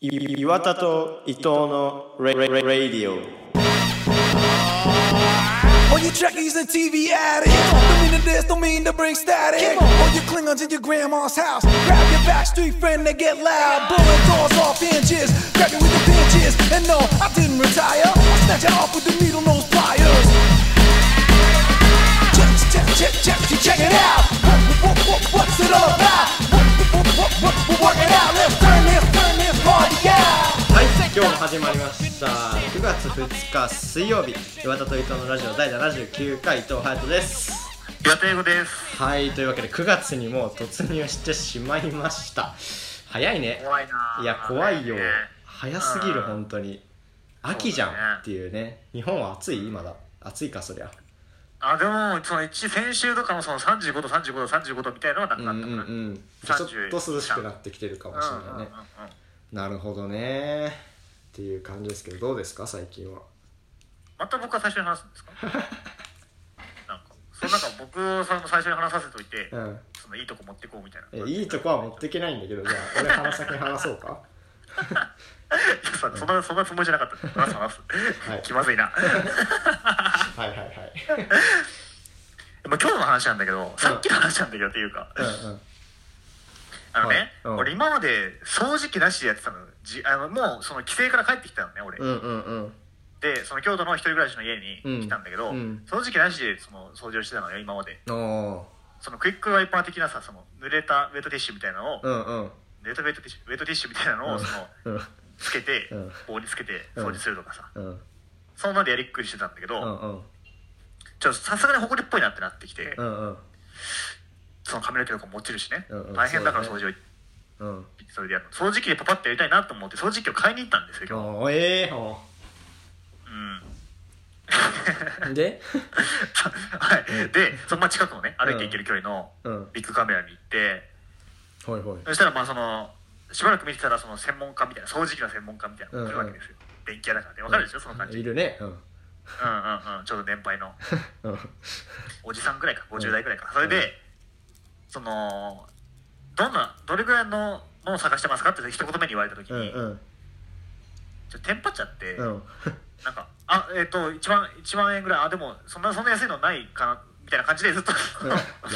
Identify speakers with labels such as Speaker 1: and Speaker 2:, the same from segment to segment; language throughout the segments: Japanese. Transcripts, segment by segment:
Speaker 1: い岩田と伊藤のレレレレディオ
Speaker 2: All you trekkies and TV addicts Don't mean to this, don't mean to bring static All you Klingons in your grandma's house Grab your backstreet friend, they get loud Blowing doors off inches Grab you with the pinches And no, I didn't retire I snatch it off with the needle nose pliers Check, check, check, check, check, check it out what, what, what, What's it all about? What, what, what, what, we're working out Let's turn this, turn this party out
Speaker 1: はい、今日も始まりました9月2日水曜日岩田と伊藤のラジオ第79回伊藤隼人です
Speaker 3: 岩田英語です
Speaker 1: はい、というわけで9月にもう突入してしまいました早いね
Speaker 3: 怖いないい
Speaker 1: や、怖いよ
Speaker 3: ね
Speaker 1: 早すぎる、
Speaker 3: うん
Speaker 1: 本当に秋じゃん
Speaker 3: そうだね
Speaker 1: っていうね日本は暑い今だ暑いかそりゃ
Speaker 3: あでもその一先週とかもその35度35度35度みたいのはなく
Speaker 1: う
Speaker 3: なった
Speaker 1: ん
Speaker 3: か
Speaker 1: う
Speaker 3: ら
Speaker 1: ん
Speaker 3: うんうんうん
Speaker 1: うんちょっ
Speaker 3: 30
Speaker 1: と涼しくなってきてるかもしれないねなるほどねっていう感じですけどどうですか最近は
Speaker 3: また僕は最初に話すんで すかなんかそのなんか僕をその最初に話させといて、
Speaker 1: うん
Speaker 3: そのいいとこ持ってこうみたい
Speaker 1: え
Speaker 3: ない
Speaker 1: いとこは持ってけないんだけどじゃあ俺話先に話そう か
Speaker 3: やそそんなそんなつもりじゃなかった話す話す、
Speaker 1: はい
Speaker 3: 気まずいな
Speaker 1: はいはいはい
Speaker 3: まあ今日の話なんだけどさっきの話なんだけどっていうか、
Speaker 1: うんうん
Speaker 3: あのね、
Speaker 1: はいうん
Speaker 3: 俺今まで掃除機なしでやってたのじあのもうその帰省から帰ってきたのね俺、
Speaker 1: うんうんうん
Speaker 3: でその京都の一人暮らしの家に来たんだけど、
Speaker 1: うんうん
Speaker 3: 掃除機なしでその掃除をしてたのよ今まで
Speaker 1: お
Speaker 3: そのクイックワイパー的なさその濡れたウェットティッシュみたいなのを、
Speaker 1: ーうんうん
Speaker 3: 濡れたウェットティッシュウェットティッシュみたいなのをその、
Speaker 1: うん
Speaker 3: つけて、
Speaker 1: うん
Speaker 3: 棒につけて
Speaker 1: うん
Speaker 3: 掃除するとかさ、
Speaker 1: うん
Speaker 3: そんなんでやりっくりしてたんだけど、
Speaker 1: うんうん
Speaker 3: ちょっとさすがに埃っぽいなってなってきて、
Speaker 1: うんうん
Speaker 3: その髪の毛とかも落ちるしね、
Speaker 1: うんうん
Speaker 3: 大変だから
Speaker 1: そう
Speaker 3: 掃
Speaker 1: だ
Speaker 3: 除を
Speaker 1: うん
Speaker 3: それでやるの掃除機でパパッとやりたいなと思って掃除機を買いに行ったんですよ今日、
Speaker 1: おーええお
Speaker 3: うん
Speaker 1: ーで
Speaker 3: はい、でそのまあ近くのね歩いて行ける距離の
Speaker 1: うん
Speaker 3: ビッグカメラに行って
Speaker 1: ほいほい
Speaker 3: そしたらまあそのしばらく見てたらその専門家みたいな掃除機の専門家みたいなのが来るわけですよ、電気屋だからねわかるでしょその感
Speaker 1: い
Speaker 3: じ、うん、うん
Speaker 1: るねうん
Speaker 3: うんちょうど年 配の
Speaker 1: うん
Speaker 3: おじさんぐらいか50代ぐらいかそれで、そのどんなどれぐらいののを探してますかって一言目に言われた時に、
Speaker 1: うんうん
Speaker 3: ちょっとテンパっちゃって、
Speaker 1: うん
Speaker 3: なんかあえっ、と1万1万円ぐらいあでもそんなそんな安いのないかなみたいな感じでずっと
Speaker 1: や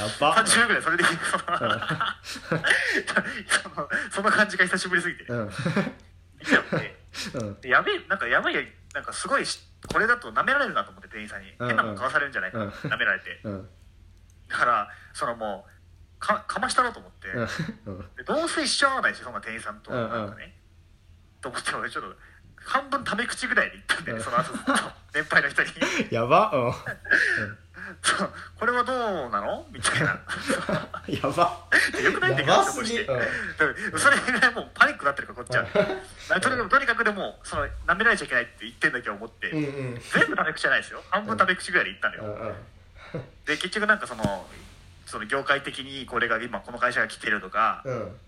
Speaker 1: っ ば
Speaker 3: 30ぐらいそれでその
Speaker 1: うん
Speaker 3: その その感じが久しぶりすぎて、
Speaker 1: うん
Speaker 3: 見ちゃって
Speaker 1: うん
Speaker 3: でやべえなんかやばいやなんかすごいしこれだと舐められるなと思って店員さんに、
Speaker 1: うん
Speaker 3: 変なもん買わされるんじゃないか、
Speaker 1: うん
Speaker 3: 舐められて
Speaker 1: うん
Speaker 3: だからそのもうかかましたろうと思って、
Speaker 1: うんうん
Speaker 3: でどうせ一緒合わないしそんな店員さんと
Speaker 1: うんうん
Speaker 3: なんかね、と思って俺ちょっと半分タメ口ぐらいで言ったんだよね、
Speaker 1: うん
Speaker 3: その 後ずっと年配の人に
Speaker 1: やば
Speaker 3: そう「これはどうなの?」みたい な
Speaker 1: うんやば
Speaker 3: 「よくないんだけ
Speaker 1: や
Speaker 3: ど
Speaker 1: ばすぎ
Speaker 3: だからそれぐらいもうパニックになってるからこっちは、なとにかくとにかくでもその舐められちゃいけないって言ってんだけど思って、
Speaker 1: うんうん
Speaker 3: 全部タメ口じゃないですよ半分タメ口ぐらいで行ったの
Speaker 1: う
Speaker 3: よ、
Speaker 1: んうん
Speaker 3: で結局なんかそのその業界的にこれが今この会社が来てるとか
Speaker 1: うん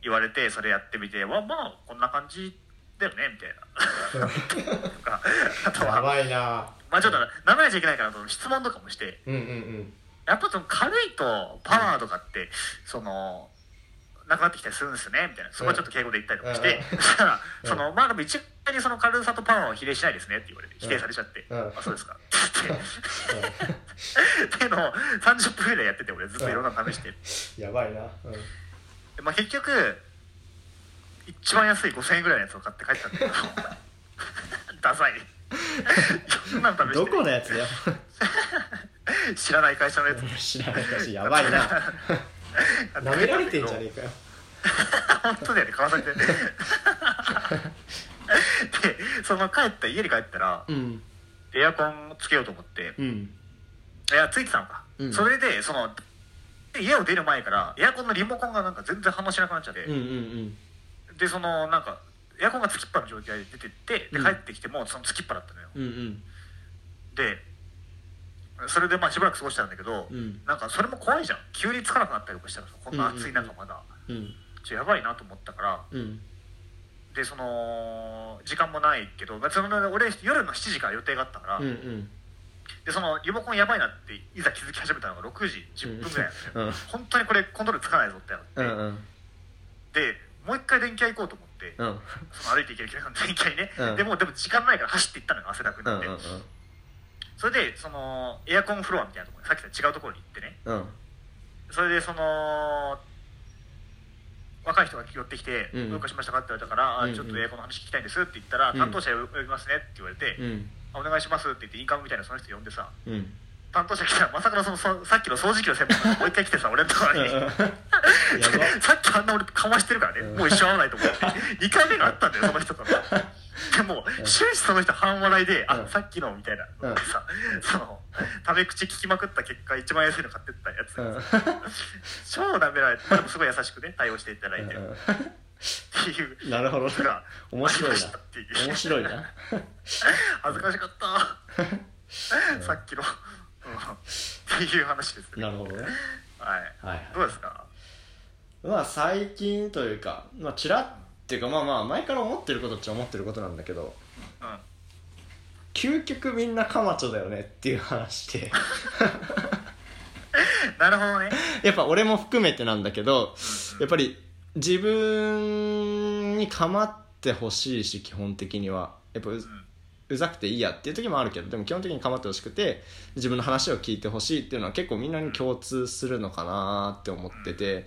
Speaker 3: 言われてそれやってみてわまあこんな感じだよねみたいなとかあと
Speaker 1: や
Speaker 3: は
Speaker 1: ばいな
Speaker 3: まあちょっと舐められちゃいけないからその質問とかもして
Speaker 1: うんうん
Speaker 3: やっぱその軽いとパワーとかってそのなくなってきたりするんですよねみたいなそこはちょっと敬語で言ったりとかして、
Speaker 1: うん
Speaker 3: そしたらそのまあでも一概にその軽さとパワーを比例しないですねって言われて否定されちゃって、
Speaker 1: うん
Speaker 3: あそうですかって言って。 っていうのを30分ぐらいやってて俺ずっといろんなの試して、
Speaker 1: うんやばいなうん
Speaker 3: でまあ、結局一番安い5000円ぐらいのやつを買って帰った んだけどダサいそんなの試して
Speaker 1: どこのやつだよ
Speaker 3: 知らない会社のやつ
Speaker 1: 知らないかしやばいな舐められてんじゃねえかよ
Speaker 3: 本当だよね買わ されてでその帰った家に帰ったら
Speaker 1: うん
Speaker 3: エアコンつけようと思って
Speaker 1: うん
Speaker 3: いやついてたのか、
Speaker 1: うん
Speaker 3: それでそので家を出る前からエアコンのリモコンがなんか全然反応しなくなっちゃって、
Speaker 1: うんうん
Speaker 3: でそのなんかエアコンがつきっぱの状態で出てってで
Speaker 1: うん
Speaker 3: 帰ってきてもそのつきっぱだったのよ、
Speaker 1: うんうん
Speaker 3: でそれでまあしばらく過ごしてたんだけど、
Speaker 1: うん
Speaker 3: なんかそれも怖いじゃん急につかなくなったりとかしたらさこんな暑い中まだ、
Speaker 1: うん
Speaker 3: ちょやばいなと思ったから
Speaker 1: うん
Speaker 3: でその時間もないけど、まあ、その俺夜の7時から予定があったから、
Speaker 1: うんうん
Speaker 3: でそのリモコンやばいなっていざ気づき始めたのが6時10分ぐらいなんですよ、
Speaker 1: うん
Speaker 3: 本当にこれコントロールつかないぞってなって、
Speaker 1: うんうん
Speaker 3: でもう一回電気屋行こうと思って、
Speaker 1: うん
Speaker 3: その歩いて行ける距離の電気屋にね、
Speaker 1: うん
Speaker 3: でもうでも時間ないから走って行ったのよ汗だくに
Speaker 1: うんう
Speaker 3: なっ
Speaker 1: ん
Speaker 3: て、それでそのエアコンフロアみたいなところにさっきと違うところに行ってね
Speaker 1: うん
Speaker 3: それでその若い人が寄ってきて「
Speaker 1: うん
Speaker 3: どうかしましたか?」って言われたから「あ
Speaker 1: うんうん
Speaker 3: ちょっとエアコンの話聞きたいんです」って言ったら
Speaker 1: う
Speaker 3: 「
Speaker 1: ん
Speaker 3: 担当者呼びますね」って言われて
Speaker 1: うんうん
Speaker 3: 「あお願いします」って言ってインカムみたいなその人呼んでさ
Speaker 1: うん
Speaker 3: 担当者来たらまさかのそのそさっきの掃除機の専門家がもう一回来てさ俺のところに
Speaker 1: やば
Speaker 3: さっきあんな俺かましてるからね、
Speaker 1: うん
Speaker 3: もう一生会わないと思って2回目があったんだよその人とのでも終始その人半笑いで
Speaker 1: う
Speaker 3: 「あ
Speaker 1: ん
Speaker 3: さっきの」みたいな、
Speaker 1: うん
Speaker 3: さそのタメ口聞きまくった結果一番安いの買ってったやつ、
Speaker 1: うん
Speaker 3: 超舐められて、まあでもすごい優しくね対応していただいて
Speaker 1: う
Speaker 3: っ
Speaker 1: ん
Speaker 3: ていう
Speaker 1: うんなるほどね
Speaker 3: のが
Speaker 1: 面白い
Speaker 3: あ
Speaker 1: な
Speaker 3: りましたっていう
Speaker 1: 面白いな
Speaker 3: 恥ずかしかった、 さっきの、うん、っていう話ですね
Speaker 1: なるほどね
Speaker 3: はい、
Speaker 1: はい
Speaker 3: どうですか
Speaker 1: まあ最近というかまあちらっていうかまあまあ前から思ってることっちゃ思ってることなんだけど
Speaker 3: うん
Speaker 1: 究極みんなカマチョだよねっていう話で
Speaker 3: なるほどね
Speaker 1: やっぱ俺も含めてなんだけどやっぱり自分に構ってほしいし基本的にはやっぱう,、うざくていいやっていう時もあるけどでも基本的に構ってほしくて自分の話を聞いてほしいっていうのは結構みんなに共通するのかなって思っててっ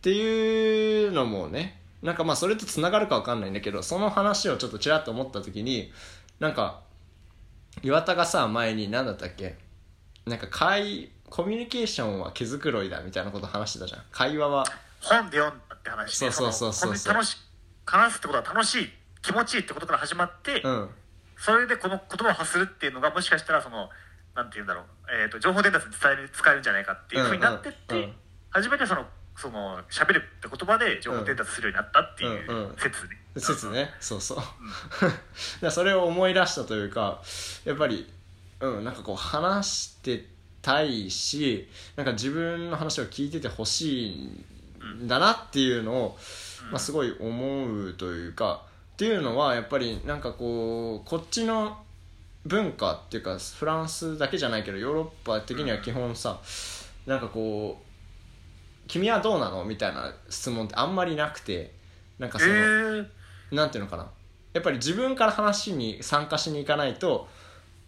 Speaker 1: ていうのもねなんかまあそれとつながるかわかんないんだけどその話をちょっとちらっと思った時になんか岩田がさ前に何だったっけなんか会コミュニケーションは毛づくろいだみたいなこと話してたじゃん会話は
Speaker 3: 本で読んだって話で
Speaker 1: そうそうそうそう
Speaker 3: の本当に楽し話すってことは楽しい気持ちいいってことから始まって、
Speaker 1: うん
Speaker 3: それでこの言葉を発するっていうのがもしかしたらそのなんて言うんだろう、えー、と情報伝達に伝える使えるんじゃないかっていうふうになってって、
Speaker 1: うんうんうん
Speaker 3: 初めてそのその喋るって言葉で情報伝達するようになったってい
Speaker 1: うんう
Speaker 3: うん説ね、
Speaker 1: 説ねそうそう だからそれを思い出したというかやっぱりうんなんかこう話してたいしなんか自分の話を聞いててほしいんだなっていうのを、まあ、すごい思うというかっていうのはやっぱりなんかこうこっちの文化っていうかフランスだけじゃないけどヨーロッパ的には基本さ、なんかこう「君はどうなの?」みたいな質問ってあんまりなくてなんかその、
Speaker 3: えー
Speaker 1: なんていうのかなやっぱり自分から話に参加しに行かないと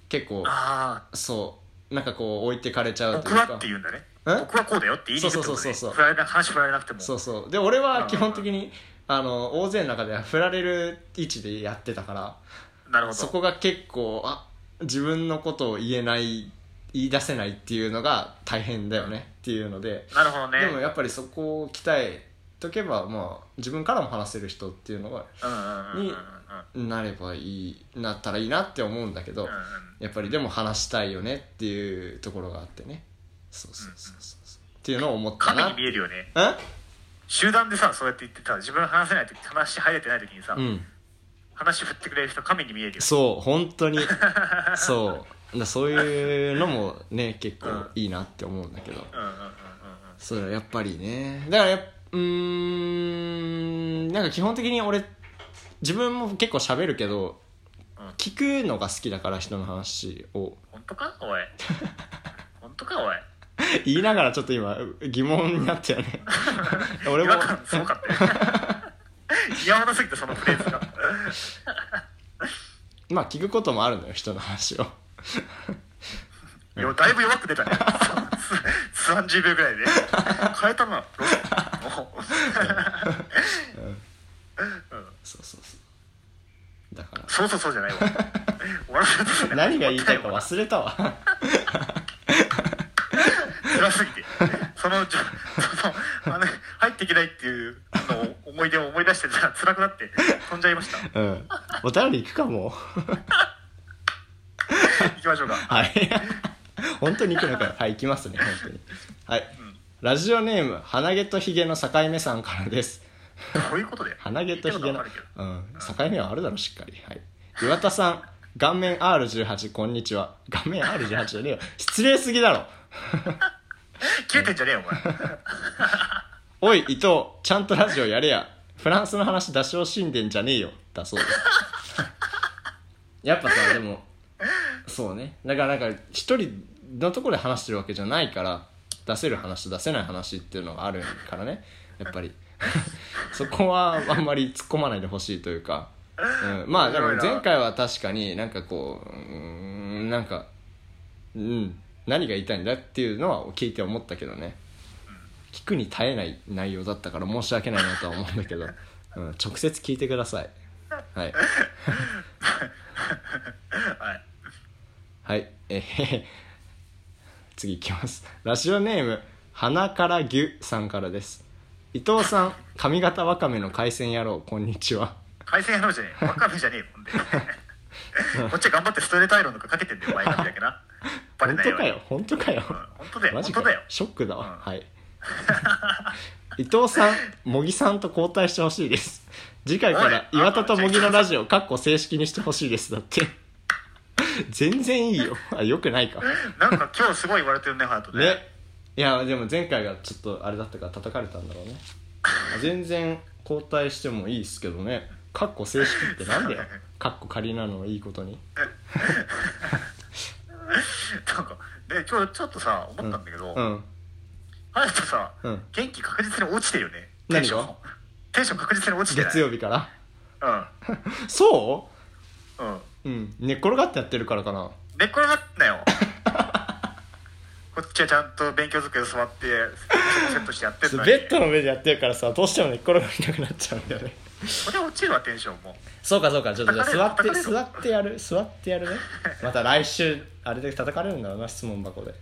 Speaker 1: 結構
Speaker 3: あ
Speaker 1: そうなんかこう置いてかれちゃ
Speaker 3: あ
Speaker 1: うとい
Speaker 3: 僕
Speaker 1: うか
Speaker 3: はって言うんだね
Speaker 1: え
Speaker 3: 僕はこうだよって言いに行くってこと
Speaker 1: そうそう
Speaker 3: ね
Speaker 1: そうそう
Speaker 3: 振られな話振られなくても
Speaker 1: そうそうで俺は基本的にあの大勢の中では振られる位置でやってたから
Speaker 3: なるほど
Speaker 1: そこが結構あ自分のことを言えない言い出せないっていうのが大変だよねっていうので
Speaker 3: なるほどね
Speaker 1: でもやっぱりそこを鍛えとけばまあ自分からも話せる人っていうのが
Speaker 3: うんうんうんうんうんうん
Speaker 1: になればいいなったらいいなって思うんだけど、
Speaker 3: うん
Speaker 1: やっぱりでも話したいよねっていうところがあってねそうそうそうそうそうっていうのを思った
Speaker 3: 神
Speaker 1: な
Speaker 3: に見えるよね
Speaker 1: え
Speaker 3: 集団でさそうやって言ってた自分話せない時話入れてない時にさ、
Speaker 1: うん
Speaker 3: 話振ってくれる人神に見えるよ
Speaker 1: そう本 当にそうだそういうのもね結構いいなって思うんだけど
Speaker 3: うんうんうんうんうん
Speaker 1: それはやっぱりねだからやっうーんなんか基本的に俺自分も結構喋るけど
Speaker 3: うん
Speaker 1: 聞くのが好きだから人の話を
Speaker 3: 本当か おい本当かおい
Speaker 1: 言いながらちょっと今疑問になったよね 俺
Speaker 3: 違
Speaker 1: も
Speaker 3: 和感すごかった よ嫌わなすぎてそのフレーズが
Speaker 1: まあ聞くこともあるのよ人の 話を
Speaker 3: いやだいぶ弱く出たねす30秒ぐらいで変えたな ロスもううん
Speaker 1: そうそうそうだから
Speaker 3: そうそうそうじゃないわ終わらせたね
Speaker 1: 何が言いたいか忘れたわ
Speaker 3: 辛すぎてそのじょそのあの入っていけないっていうのを思い出を思い出してたら辛くなって飛んじゃいました
Speaker 1: うんお便り行くかもう
Speaker 3: 行きましょう か
Speaker 1: はい本当に行くのかよはい行きますね本当にはい、ラジオネーム鼻毛とヒゲの境目さんからです
Speaker 3: どういうことで
Speaker 1: 鼻毛とヒゲ
Speaker 3: 聞い
Speaker 1: の、
Speaker 3: たことあ
Speaker 1: うん、境目はあるだろしっかりはい岩田さん顔面 R18 こんにちは顔面 R18 じゃねえよ失礼すぎだろ
Speaker 3: るけど切れてんじゃねえよお前
Speaker 1: おい伊藤ちゃんとラジオやれやフランスの話出し惜しんでんじゃねえよだそうですやっぱさでもそうねだからなんか一人のところで話してるわけじゃないから出せる話と出せない話っていうのがあるからねやっぱり そこはあんまり突っ込まないでほしいというか、うん、まあでも前回は確かになんかこううーんなんかうん何が言いたいんだっていうのは聞いて思ったけどね聞くに耐えない内容だったから申し訳ないなとは思うんだけど、うん、直接聞いてくださいはい
Speaker 3: はい
Speaker 1: はい、えー 次いきます。ラジオネーム、花から牛さんからです。伊藤さ ん、髪型わかめの海鮮野郎、こんにちは。
Speaker 3: 海鮮野郎じゃねえわかめじゃねえもんで こっちは頑張ってストレートアイロンとかかけてんだよお前なんだけなバレ
Speaker 1: 本
Speaker 3: ない
Speaker 1: 当
Speaker 3: よう
Speaker 1: か
Speaker 3: に
Speaker 1: よ、本当かよ。
Speaker 3: 本当だよ
Speaker 1: マジか
Speaker 3: 本当だよ
Speaker 1: ショックだわ。
Speaker 3: うん
Speaker 1: はい。伊藤さん、茂木さんと交代してほしいです。次回から
Speaker 3: おい
Speaker 1: 岩田と茂木のラジオ、かっこ正式にしてほしいです。だって。全然いいよ。あ、よくないか。
Speaker 3: なんか今日すごい言われてるねハヤト
Speaker 1: ね
Speaker 3: ね
Speaker 1: いやでも前回がちょっとあれだったから叩かれたんだろう ね全然交代してもいいっすけどねかっこ正式ってなん だよかっこ仮なのをいいことに
Speaker 3: なんかで今日ちょっとさ思ったんだけど、
Speaker 1: うん
Speaker 3: ハヤトさ、
Speaker 1: うん
Speaker 3: 元気確実に落ちてるよね
Speaker 1: 何
Speaker 3: テ
Speaker 1: が
Speaker 3: ンションテンション確実に落ちてない
Speaker 1: 月曜日から
Speaker 3: う
Speaker 1: そ
Speaker 3: んうん
Speaker 1: ううん寝っ転がってやってるからかな
Speaker 3: 寝っ転がってんなよこっちはちゃんと勉強机座ってセットしてやってんのに
Speaker 1: ベッドの上でやってるからさどうしても寝っ転がりなくなっちゃうんだよね
Speaker 3: これ落ちるわテンションも
Speaker 1: そうかそうかちょっとじゃあ座
Speaker 3: 叩か
Speaker 1: っ
Speaker 3: れ
Speaker 1: て
Speaker 3: る
Speaker 1: 座ってやる座ってやるねまた来週あれで叩かれるんだろうな質問 箱で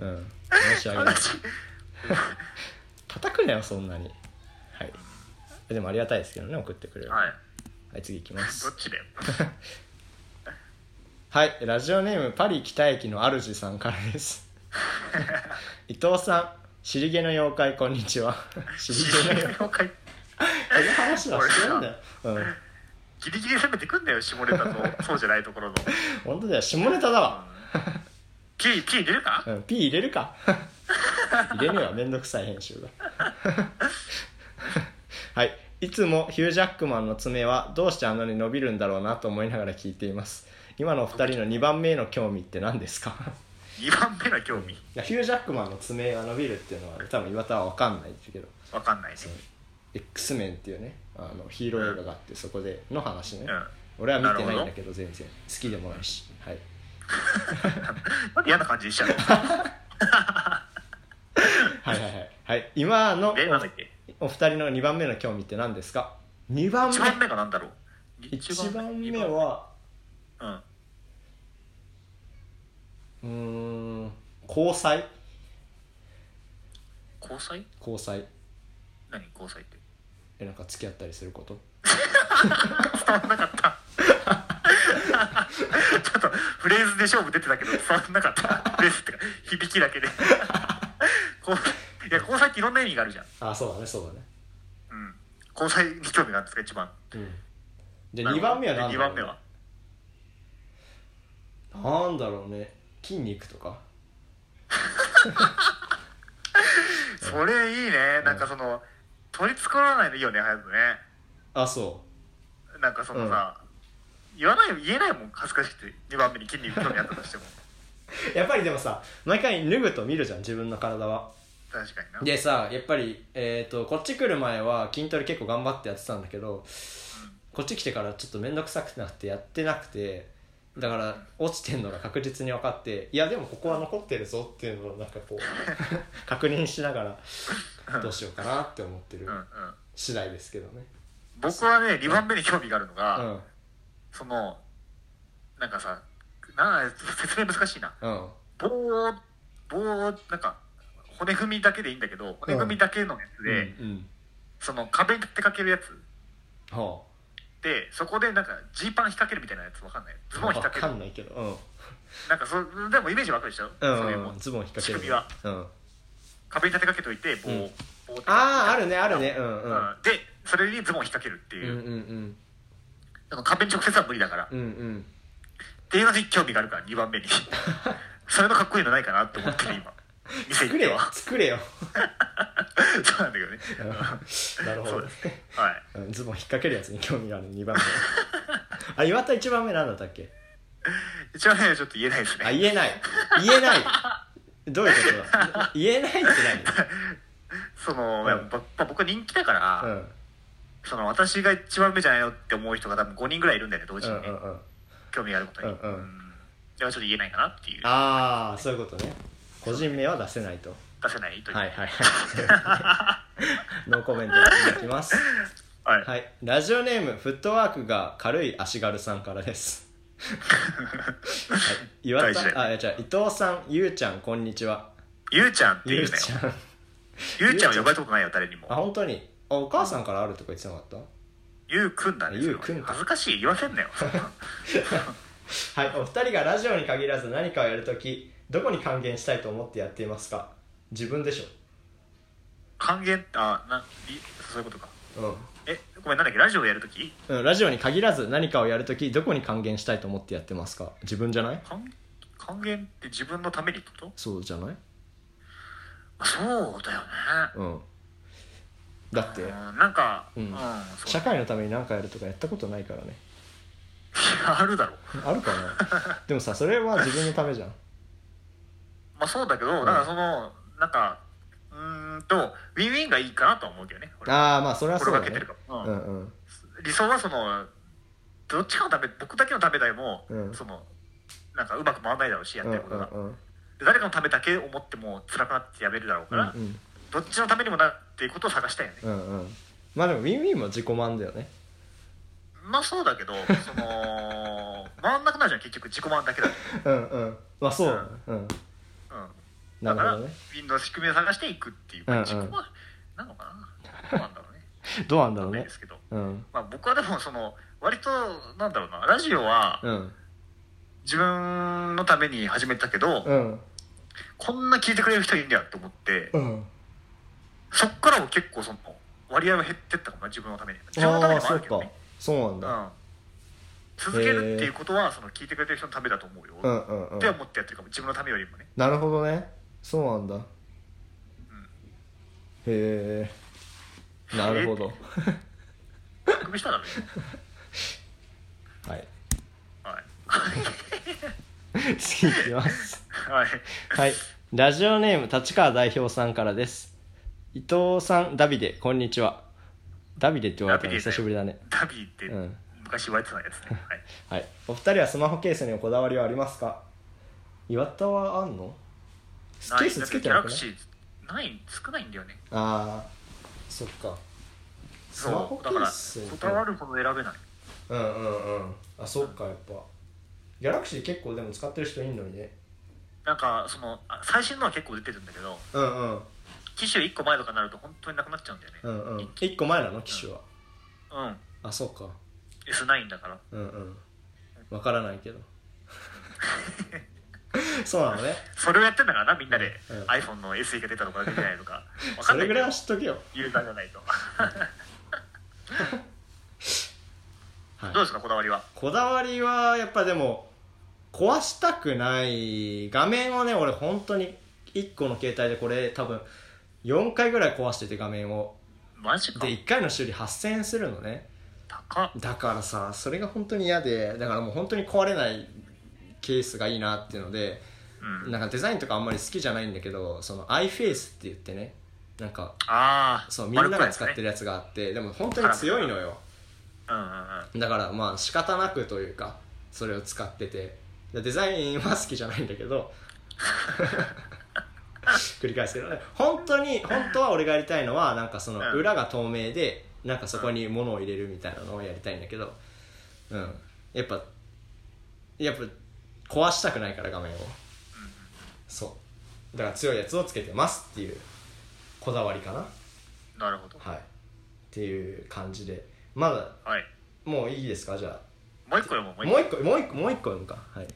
Speaker 1: うん申 し訳ない
Speaker 3: 話
Speaker 1: 叩くなよそんなにはいえでもありがたいですけどね送ってくれる
Speaker 3: はい
Speaker 1: はい、次いきま
Speaker 3: ど
Speaker 1: す
Speaker 3: っちだよ
Speaker 1: はいラジオネームパリ北駅の主さんからです 伊藤さん尻毛の妖怪こんにち は 尻毛の妖怪
Speaker 3: 妖怪
Speaker 1: この話はしてるんだようん
Speaker 3: ギリギリ攻めてくんだよ下ネタ とそうじゃないところの
Speaker 1: 本当だよ下ネタだわ、
Speaker 3: ピーピー出るか
Speaker 1: うん、P 入れるか 入れねえわめんどくさい編集が はいいつもヒュージャックマンの爪はどうしてあんなに伸びるんだろうなと思いながら聞いています今のお二人の2番目の興味って何ですか
Speaker 3: 2番目の興味
Speaker 1: いやヒュージャックマンの爪が伸びるっていうのは、多分岩田は分かんないんだけど
Speaker 3: わかんないね
Speaker 1: X メンっていうねあのヒーロー映画があってそこでの話ね、
Speaker 3: うん
Speaker 1: 俺は見てないんだけど全然好きでもないし、はい、
Speaker 3: なんで嫌な感じにしちゃ うの
Speaker 1: はいはいはいはい今の
Speaker 3: えなんだっけ
Speaker 1: おお二人の2番目の興味って何ですか2番
Speaker 3: 1番目がなんだろう
Speaker 1: 目1番目
Speaker 3: 二
Speaker 1: は
Speaker 3: 番う
Speaker 1: う
Speaker 3: ん
Speaker 1: ーん交際
Speaker 3: 交際
Speaker 1: 交際
Speaker 3: 何交際って
Speaker 1: えなんか付き合ったりすること
Speaker 3: 伝わんなかったちょっとフレーズで勝負出てたけど伝わんなかったフレーズってか響きだ けでこういや交際っていろんな意味があるじゃん、
Speaker 1: あそうだねそうだね
Speaker 3: うん、交際に興味があるんですか一番
Speaker 1: うんで2番目は何だ
Speaker 3: 二
Speaker 1: ろ
Speaker 3: 番
Speaker 1: う
Speaker 3: 目
Speaker 1: な
Speaker 3: は
Speaker 1: んだろうね筋肉とか
Speaker 3: それいいねなんかその取り繕わないのいいよね早くね
Speaker 1: あそ
Speaker 3: なんかそのさ、言わない言えないもん恥ずかしくて2番目に筋肉興味あったと しても
Speaker 1: うやっぱりでもさ毎回脱ぐと見るじゃん自分の体は
Speaker 3: 確かにな
Speaker 1: でさやっぱり、えー、とこっち来る前は筋トレ結構頑張ってやってたんだけどこっち来てからちょっと面倒くさくなってやってなくてだから落ちてんのが確実に分かっていやでもここは残ってるぞっていうのをなんかこう 確認しながらどうしようかなって思ってる
Speaker 3: うんうん
Speaker 1: 次第ですけどね
Speaker 3: 僕はね2番目に興味があるの
Speaker 1: う
Speaker 3: が、
Speaker 1: ん
Speaker 3: そのなんかさなん説明難しいな
Speaker 1: うん
Speaker 3: 棒を棒をなんか骨組みだけでいいんだけど骨組みだけのやつで、
Speaker 1: うんうん
Speaker 3: その壁に立てかけるやつ
Speaker 1: は
Speaker 3: でそこでなんかジーパン引っ掛けるみたいなやつわかんないズ
Speaker 1: あ
Speaker 3: ボン引っ
Speaker 1: 分か
Speaker 3: 掛け
Speaker 1: ん
Speaker 3: る
Speaker 1: ないけどうん
Speaker 3: なんかそでもイメージわかるでしょ、そういうも
Speaker 1: うんんズボン引っ掛ける
Speaker 3: 仕組みは
Speaker 1: うんあ
Speaker 3: 壁に立てかけといて棒を、
Speaker 1: うん
Speaker 3: 棒を
Speaker 1: あーあるねあるねう
Speaker 3: うん
Speaker 1: う
Speaker 3: ん
Speaker 1: ん
Speaker 3: でそれにズボン引っ掛けるって
Speaker 1: うん
Speaker 3: いうう、
Speaker 1: ん
Speaker 3: なんか壁に直接は無理だから、
Speaker 1: うんうんうん
Speaker 3: っていうのに興味があるから2番 目にそれのかっこいいのないかなって思ってる今店行
Speaker 1: 作
Speaker 3: っ
Speaker 1: れ
Speaker 3: て
Speaker 1: よ
Speaker 3: は
Speaker 1: 作れよ
Speaker 3: そうなんだけどね
Speaker 1: なるほ
Speaker 3: そ
Speaker 1: ど
Speaker 3: う
Speaker 1: ね
Speaker 3: ですねはい
Speaker 1: うんズボン引っ掛けるやつに興味がある2番目 あ岩田1番目なんだったっけ
Speaker 3: 一応ねちょっと言えないですね
Speaker 1: あ言えない言えないどういうことだ言えないって
Speaker 3: その、
Speaker 1: うん
Speaker 3: やっぱ僕人気だから、
Speaker 1: うんうん
Speaker 3: その私が一番目じゃないのって思う人が多分5人ぐらいいるんだよね同時
Speaker 1: う
Speaker 3: に
Speaker 1: ん
Speaker 3: ね、
Speaker 1: うん
Speaker 3: 興味があることに、
Speaker 1: うんうん
Speaker 3: ではちょっと言えないかなっていう
Speaker 1: ああそういうことね個人名は出せないと
Speaker 3: 出せないという
Speaker 1: はいはいはい ノーコメントでいただきます
Speaker 3: はい
Speaker 1: はいラジオネームフットワークが軽い足軽さんからです、はい、岩
Speaker 3: 大事だよ
Speaker 1: 田あいやじゃ伊藤さんゆうちゃんこんにちは
Speaker 3: ゆうちゃんって
Speaker 1: ゆ
Speaker 3: いううね
Speaker 1: ちゃん
Speaker 3: ゆうちゃんは呼ばれたことないよ誰に
Speaker 1: あ
Speaker 3: も
Speaker 1: 本当にあお母さんからあるとか言ってなかった
Speaker 3: ゆうくんだね
Speaker 1: ゆうくん
Speaker 3: それは恥ずかしい言わせんなよ
Speaker 1: はい、お二人がラジオに限らず何かをやるときどこに還元したいと思ってやっていますか自分でし
Speaker 3: 還元あなりそういうことか
Speaker 1: ょ、
Speaker 3: えごめんなんだっけラジオやるとき
Speaker 1: うんうん、ラジオに限らず何かをやるときどこに還元したいと思ってやってますか自分じゃない
Speaker 3: 還還元って自分のためにってこと
Speaker 1: そうじゃない
Speaker 3: そうだよね
Speaker 1: うんだって
Speaker 3: うんなんか
Speaker 1: う
Speaker 3: うんん、そ
Speaker 1: 社
Speaker 3: う
Speaker 1: 会のために何かやるとかやったことないからね
Speaker 3: あるだろう
Speaker 1: あるか なでもさそれは自分のためじゃん
Speaker 3: まあそうだけど、だからそのなんかうーんとウィンウィンがいいかなとは思うけどね俺
Speaker 1: ああまあそれはそう
Speaker 3: 心
Speaker 1: だ
Speaker 3: が
Speaker 1: ね
Speaker 3: けてるから、
Speaker 1: う
Speaker 3: うん
Speaker 1: んうん
Speaker 3: 理想はそのどっちかのため僕だけのためだよりも、
Speaker 1: うん
Speaker 3: そのなんかうまく回らないだろうしやっ
Speaker 1: うん
Speaker 3: て
Speaker 1: うん
Speaker 3: ることが、
Speaker 1: うん
Speaker 3: で誰かのためだけ思っても辛くなってやめるだろうから、
Speaker 1: うん
Speaker 3: どっちのためにもなっていうことを探したいよね、
Speaker 1: うんうんまあでもウィンウィンも自己満だよね
Speaker 3: まあそうだけど その回んなくなるじゃん結局自己満だけだと、
Speaker 1: うんうんまあそうだねうん
Speaker 3: うん、
Speaker 1: な
Speaker 3: だ
Speaker 1: るほ
Speaker 3: から
Speaker 1: どね
Speaker 3: ウィンの仕組みを探していくっていう、
Speaker 1: うんうん
Speaker 3: 自己満なのかなどうなんだろうね
Speaker 1: どうなんだろ
Speaker 3: わ
Speaker 1: う
Speaker 3: かんな い
Speaker 1: ね
Speaker 3: ですけど
Speaker 1: うん
Speaker 3: まあ、僕はでもその割となんだろうなラジオは
Speaker 1: うん
Speaker 3: 自分のために始めたけど、
Speaker 1: うん
Speaker 3: こんな聞いてくれる人いるんだって思って、
Speaker 1: うん
Speaker 3: そっからも結構その割合は減ってったかもな自分のために自分のため
Speaker 1: あ
Speaker 3: に
Speaker 1: あ
Speaker 3: もあ
Speaker 1: そう
Speaker 3: るけ
Speaker 1: か
Speaker 3: どね、
Speaker 1: そうなん
Speaker 3: う
Speaker 1: だ
Speaker 3: ん、続けるっていうことはその聞いてくれてる人のためだと思うよ、
Speaker 1: う
Speaker 3: っ
Speaker 1: んうんうん
Speaker 3: て思ってやってるかも自分のためよ りもね
Speaker 1: なるほどねそうなんだへえなるほ ど
Speaker 3: あくびしただろ今
Speaker 1: はい
Speaker 3: はい
Speaker 1: 次いきます
Speaker 3: はい
Speaker 1: はいラジオネーム立川代表さんからです伊藤さんダビデこんにちはダビデって言われたの
Speaker 3: ダビデだ
Speaker 1: 久
Speaker 3: よ
Speaker 1: しぶりだね
Speaker 3: ダビーって
Speaker 1: うん
Speaker 3: 昔言われてたやつね、はい、
Speaker 1: はいお二人はスマホケースにはこだわりはありますか岩田はあんのケースつけて
Speaker 3: ない
Speaker 1: な
Speaker 3: だ
Speaker 1: く
Speaker 3: って
Speaker 1: ない
Speaker 3: ギャラクシーない少ないんだよね
Speaker 1: ああそっかスマホ
Speaker 3: そ
Speaker 1: ケ
Speaker 3: うだか
Speaker 1: ー
Speaker 3: ら
Speaker 1: ス
Speaker 3: こだわるほど選べない
Speaker 1: うんうんうんあそっかやっぱギャラクシー結構でも使ってる人いんのにね
Speaker 3: なんかそのあ最新のは結構出てるんだけど
Speaker 1: うんうん
Speaker 3: 機種1個前とかになると本当になくなっちゃうんだよね
Speaker 1: うんうん1個前なの機種は
Speaker 3: うん、
Speaker 1: あそっか
Speaker 3: S9 だから
Speaker 1: うんうんわからない けどそうなのね
Speaker 3: それをやってんだからなみんなで、
Speaker 1: うんうん
Speaker 3: iPhone の SE が出たとか出てないとかわか
Speaker 1: そ
Speaker 3: んな
Speaker 1: れ
Speaker 3: い
Speaker 1: ぐ
Speaker 3: け
Speaker 1: らい
Speaker 3: ど
Speaker 1: は知っとけよ
Speaker 3: ユーザーじゃないと
Speaker 1: はい
Speaker 3: どうですかこだわりは
Speaker 1: こだわりはやっぱでも壊したくない画面をね俺本当に1個の携帯でこれ多分4回ぐらい壊してて画面を
Speaker 3: マジか
Speaker 1: で1回の修理8000円するのね
Speaker 3: 高っ
Speaker 1: だからさそれが本当に嫌でだからもう本当に壊れないケースがいいなっていうので
Speaker 3: うん
Speaker 1: なんかデザインとかあんまり好きじゃないんだけどその iFace って言ってねなんか
Speaker 3: ああ
Speaker 1: そうみんなが使っ
Speaker 3: る
Speaker 1: てるやつがあってでも本当に強いのよ
Speaker 3: うんうんうん
Speaker 1: だからまあ仕方なくというかそれを使っててでデザインは好きじゃないんだけど 繰り返すけどね本当に本当は俺がやりたいのはなんかその
Speaker 3: うん
Speaker 1: 裏が透明でなんかそこに物を入れるみたいなのをやりたいんだけどうんやっぱやっぱ壊したくないから画面をそうだから強いやつをつけてますっていうこだわりかな
Speaker 3: なるほど
Speaker 1: はいっていう感じでまだ
Speaker 3: はい
Speaker 1: もういいですかじゃあ
Speaker 3: もう一個よもう一
Speaker 1: もう一個もう一個もう一個読むかはい、は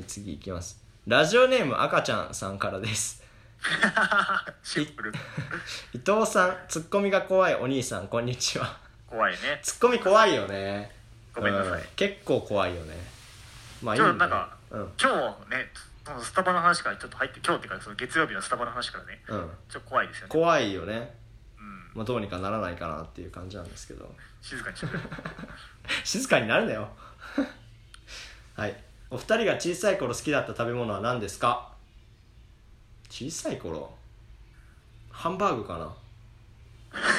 Speaker 1: い次いきますラジオネーム赤ちゃんさんからです
Speaker 3: 個 シンプル
Speaker 1: 伊藤さんツッコミが怖いお兄さんこんにちは
Speaker 3: 怖いね
Speaker 1: ツッコミ怖いよね
Speaker 3: ごめんなさい
Speaker 1: うん結構怖いよねまあいい
Speaker 3: ちょっ
Speaker 1: だ
Speaker 3: となんか
Speaker 1: うん
Speaker 3: 今日ねそのスタバの話からちょっと入って今日っていうかその月曜日のスタバの話からね
Speaker 1: うん
Speaker 3: ちょっと怖いですよね
Speaker 1: 怖いよね
Speaker 3: うん
Speaker 1: まあどうにかならないかなっていう感じなんですけど
Speaker 3: 静かにしてくれ
Speaker 1: 静かになるなよ はいお二人が小さい頃好きだった食べ物は何ですか小さい頃ハンバーグかな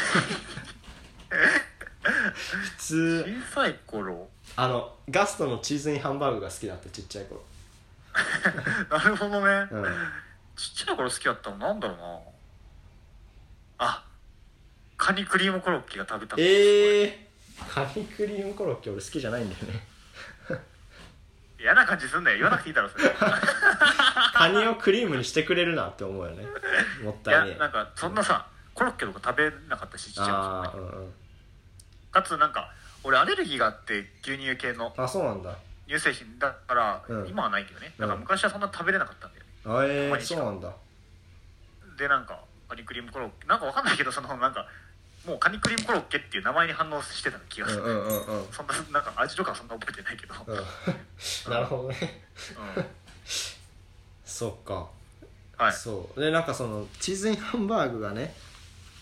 Speaker 1: 普通
Speaker 3: 小さい頃
Speaker 1: あのガストのチーズインハンバーグが好きだったちっちゃい頃
Speaker 3: なるほどね、
Speaker 1: うん
Speaker 3: ちっちゃい頃好きだったのなんだろうなあカニクリームコロッケが食べたい
Speaker 1: ええー、カニクリームコロッケ俺好きじゃないんだよね
Speaker 3: 嫌な感じすんだよ言わなくていいだろそ れい
Speaker 1: カニをクリームにしてくれるなって思うよねもったいね
Speaker 3: やなんかそんなさコロッケとか食べなかったしちっちゃい頃
Speaker 1: ああーうんうん
Speaker 3: かつなんか俺アレルギーがあって牛乳系の
Speaker 1: あそうなんだ
Speaker 3: 乳製品だから、
Speaker 1: うん
Speaker 3: 今はないけどね
Speaker 1: うん
Speaker 3: だから昔はそんな食べれなかったんだよね、
Speaker 1: あえ
Speaker 3: たま
Speaker 1: ー、
Speaker 3: にし
Speaker 1: そ
Speaker 3: か
Speaker 1: うなんだ
Speaker 3: でなんかカニクリームコロッケなんかわかんないけどそのなんかもうカニクリームコロッケっていう名前に反応してた気が
Speaker 1: う
Speaker 3: す
Speaker 1: ん
Speaker 3: る、
Speaker 1: うんうんうん
Speaker 3: そんななんか味とかはそんな覚えてないけど、
Speaker 1: うんなるほどね
Speaker 3: うん
Speaker 1: そっか
Speaker 3: はい
Speaker 1: そうでなんかそのチーズインハンバーグがね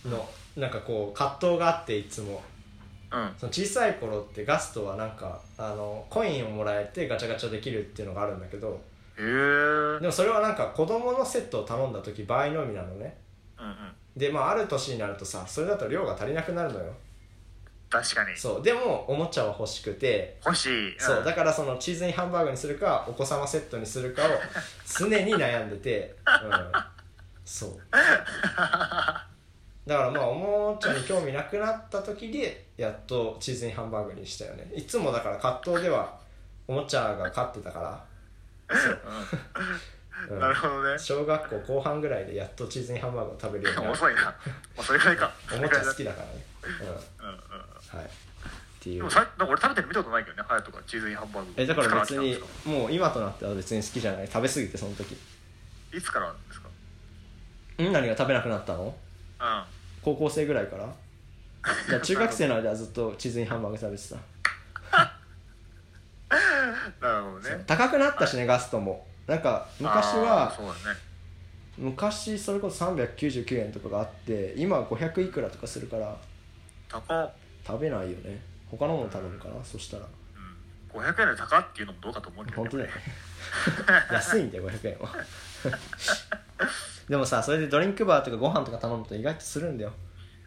Speaker 1: のなんかこう葛藤があっていつも
Speaker 3: うん
Speaker 1: その小さい頃ってガストはなんかあのコインをもらえてガチャガチャできるっていうのがあるんだけど
Speaker 3: へえうんうん
Speaker 1: でもそれはなんか子供のセットを頼んだ時倍のみなのねでまあある年になるとさそれだと量が足りなくなるのよ
Speaker 3: 確かに
Speaker 1: そうでもおもちゃは欲しくて
Speaker 3: 欲しい、ん
Speaker 1: そうだからそのチーズインハンバーグにするかお子様セットにするかを常に悩んでて、うん、そうだからまあおもちゃに興味なくなった時でやっとチーズインハンバーグにしたよねいつもだから葛藤ではおもちゃが勝ってたから、うん
Speaker 3: なるほどね
Speaker 1: 小学校後半ぐらいでやっとチーズインハンバーグを食べるようになった
Speaker 3: 遅 いな、まあ、それぐらいか
Speaker 1: お
Speaker 3: それ
Speaker 1: も
Speaker 3: ぐ
Speaker 1: ち
Speaker 3: ら
Speaker 1: ゃ
Speaker 3: いだ
Speaker 1: 好きだからね、うん、は
Speaker 3: うんうん
Speaker 1: いってい
Speaker 3: で
Speaker 1: う
Speaker 3: もさなんか俺食べてるの見たことないけどねハヤトがチーズインハンバーグ
Speaker 1: えだから別
Speaker 3: い
Speaker 1: に
Speaker 3: つからあったんで
Speaker 1: もう今となっては別に好きじゃない食べ過ぎてその時
Speaker 3: すかいつからあるんですか
Speaker 1: ん何が食べなくなったの
Speaker 3: うん
Speaker 1: 高校生ぐらい からいや中学生の間はずっとチーズインハンバーグ食べてた、
Speaker 3: なるほどね
Speaker 1: 高くなったしねガストもなんか昔
Speaker 3: あー
Speaker 1: は
Speaker 3: そうだね
Speaker 1: 昔それこそ399円とかがあって今は500いくらとかするから
Speaker 3: 高っ
Speaker 1: 食べないよね他のもの食べるかなそしたら
Speaker 3: うん500円で高っっていうのもどうかと思うけど
Speaker 1: 本当だよ
Speaker 3: ね
Speaker 1: ね 安いんだよ500円は でもさそれでドリンクバーとかご飯とか頼むと意外とするんだよ